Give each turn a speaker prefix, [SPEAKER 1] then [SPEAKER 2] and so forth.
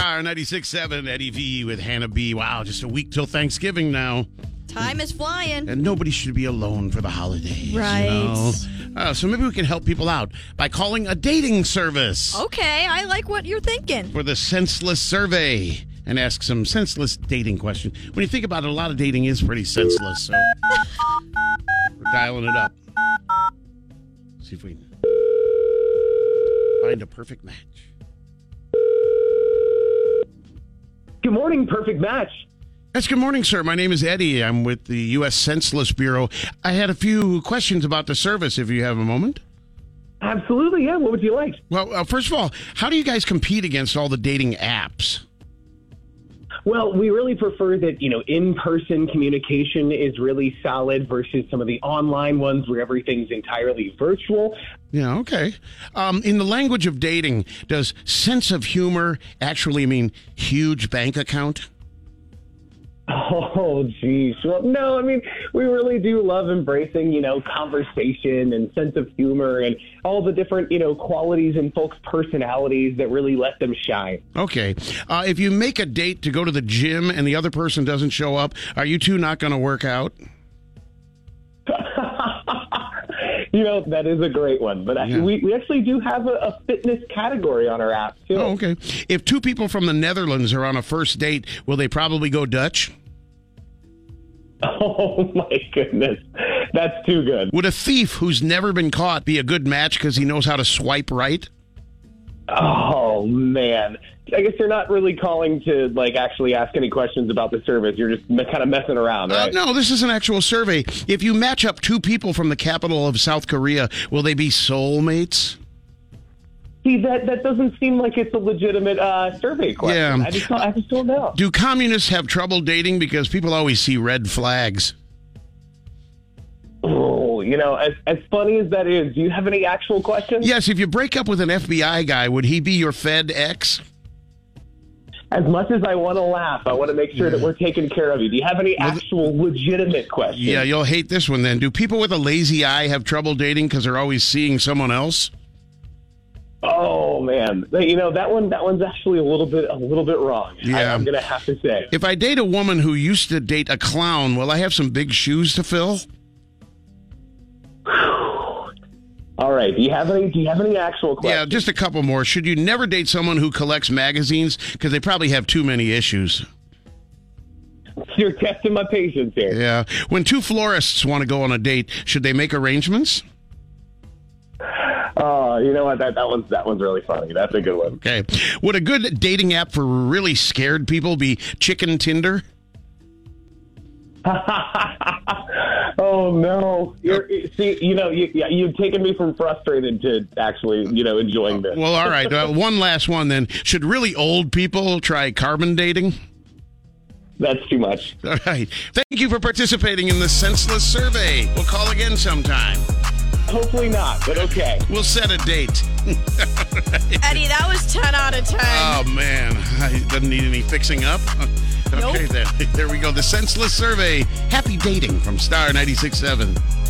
[SPEAKER 1] Star 96.7, Eddie E V with Hannah B. Wow, just a week till Thanksgiving now.
[SPEAKER 2] Time is flying.
[SPEAKER 1] And nobody should be alone for the holidays. you
[SPEAKER 2] Right.
[SPEAKER 1] know? Uh, so maybe we can help people out by calling a dating service
[SPEAKER 2] Okay, I like what you're thinking.
[SPEAKER 1] for the senseless survey and ask some senseless dating questions. When you think about it, a lot of dating is pretty senseless. So we're dialing it up. See if we can find a perfect match.
[SPEAKER 3] Good morning, perfect match.
[SPEAKER 1] Yes, good morning, sir. My name is Eddie. I'm with the U.S. Senseless Bureau. I had a few questions about the service, if you have a moment.
[SPEAKER 3] Absolutely, yeah. What would you like?
[SPEAKER 1] Well, uh, first of all, how do you guys compete against all the dating apps?
[SPEAKER 3] Well, we really prefer that, you know, in person communication is really solid versus some of the online ones where everything's entirely virtual.
[SPEAKER 1] Yeah, okay. Um, in the language of dating, does sense of humor actually mean huge bank account?
[SPEAKER 3] Oh, geez. Well, no, I mean, we really do love embracing, you know, conversation and sense of humor and all the different, you know, qualities in folks' personalities that really let them shine.
[SPEAKER 1] Okay. Uh, if you make a date to go to the gym and the other person doesn't show up, are you two not going to work out?
[SPEAKER 3] You know, that is a great one. But I,
[SPEAKER 1] Yeah.
[SPEAKER 3] we, we actually do have a, a fitness category on our app, too.
[SPEAKER 1] Oh, okay. If two people from the Netherlands are on a first date, will they probably go Dutch?
[SPEAKER 3] Oh my goodness. That's too good.
[SPEAKER 1] Would a thief who's never been caught be a good match because he knows how to swipe right?
[SPEAKER 3] Oh man. I guess you're not really calling to like actually ask any questions about the service. You're just me- kind of messing around,
[SPEAKER 1] Uh,
[SPEAKER 3] right?
[SPEAKER 1] no, this is an actual survey. If you match up two people from the capital of South Korea, will they be soulmates?
[SPEAKER 3] See, that that doesn't seem like it's a legitimate uh, survey question.
[SPEAKER 1] Yeah.
[SPEAKER 3] I just don't, I just don't know.
[SPEAKER 1] Do communists have trouble dating because people always see red flags?
[SPEAKER 3] Oh, you know, as as funny as that is, do you have any actual questions?
[SPEAKER 1] Yes, if you break up with an FBI guy, would he be your Fed ex?
[SPEAKER 3] As much as I want to laugh, I want to make sure that we're taking care of you. Do you have any actual legitimate questions?
[SPEAKER 1] Yeah, you'll hate this one then. Do people with a lazy eye have trouble dating because they're always seeing someone else?
[SPEAKER 3] Oh man, you know that one. That one's actually a little bit a little bit wrong.
[SPEAKER 1] Yeah.
[SPEAKER 3] I, I'm gonna have to say.
[SPEAKER 1] If I date a woman who used to date a clown, will I have some big shoes to fill?
[SPEAKER 3] All right. Do you have any? Do you have any actual
[SPEAKER 1] Yeah,
[SPEAKER 3] questions?
[SPEAKER 1] just a couple more. Should you never date someone who collects magazines because they probably have too many issues?
[SPEAKER 3] You're testing my patience here.
[SPEAKER 1] Yeah. When two florists want to go on a date, should they make arrangements?
[SPEAKER 3] Oh, you know what? That that one's that one's really funny. That's a good one.
[SPEAKER 1] Okay. Would a good dating app for really scared people be Chicken Tinder?
[SPEAKER 3] oh no. You're, see, you know, you, yeah, you've taken me from frustrated to actually, you know, enjoying this.
[SPEAKER 1] Well, all right. Uh, one last one then. Should really old people try carbon dating?
[SPEAKER 3] That's too much.
[SPEAKER 1] All right. Thank you for participating in the senseless survey. We'll call again sometime.
[SPEAKER 3] Hopefully not, but okay.
[SPEAKER 1] We'll set a date.
[SPEAKER 2] Eddie, that was 10 out of 10.
[SPEAKER 1] Oh man, I doesn't need any fixing up. Okay
[SPEAKER 2] Nope.
[SPEAKER 1] then. There we go. The senseless survey. Happy dating from Star 967.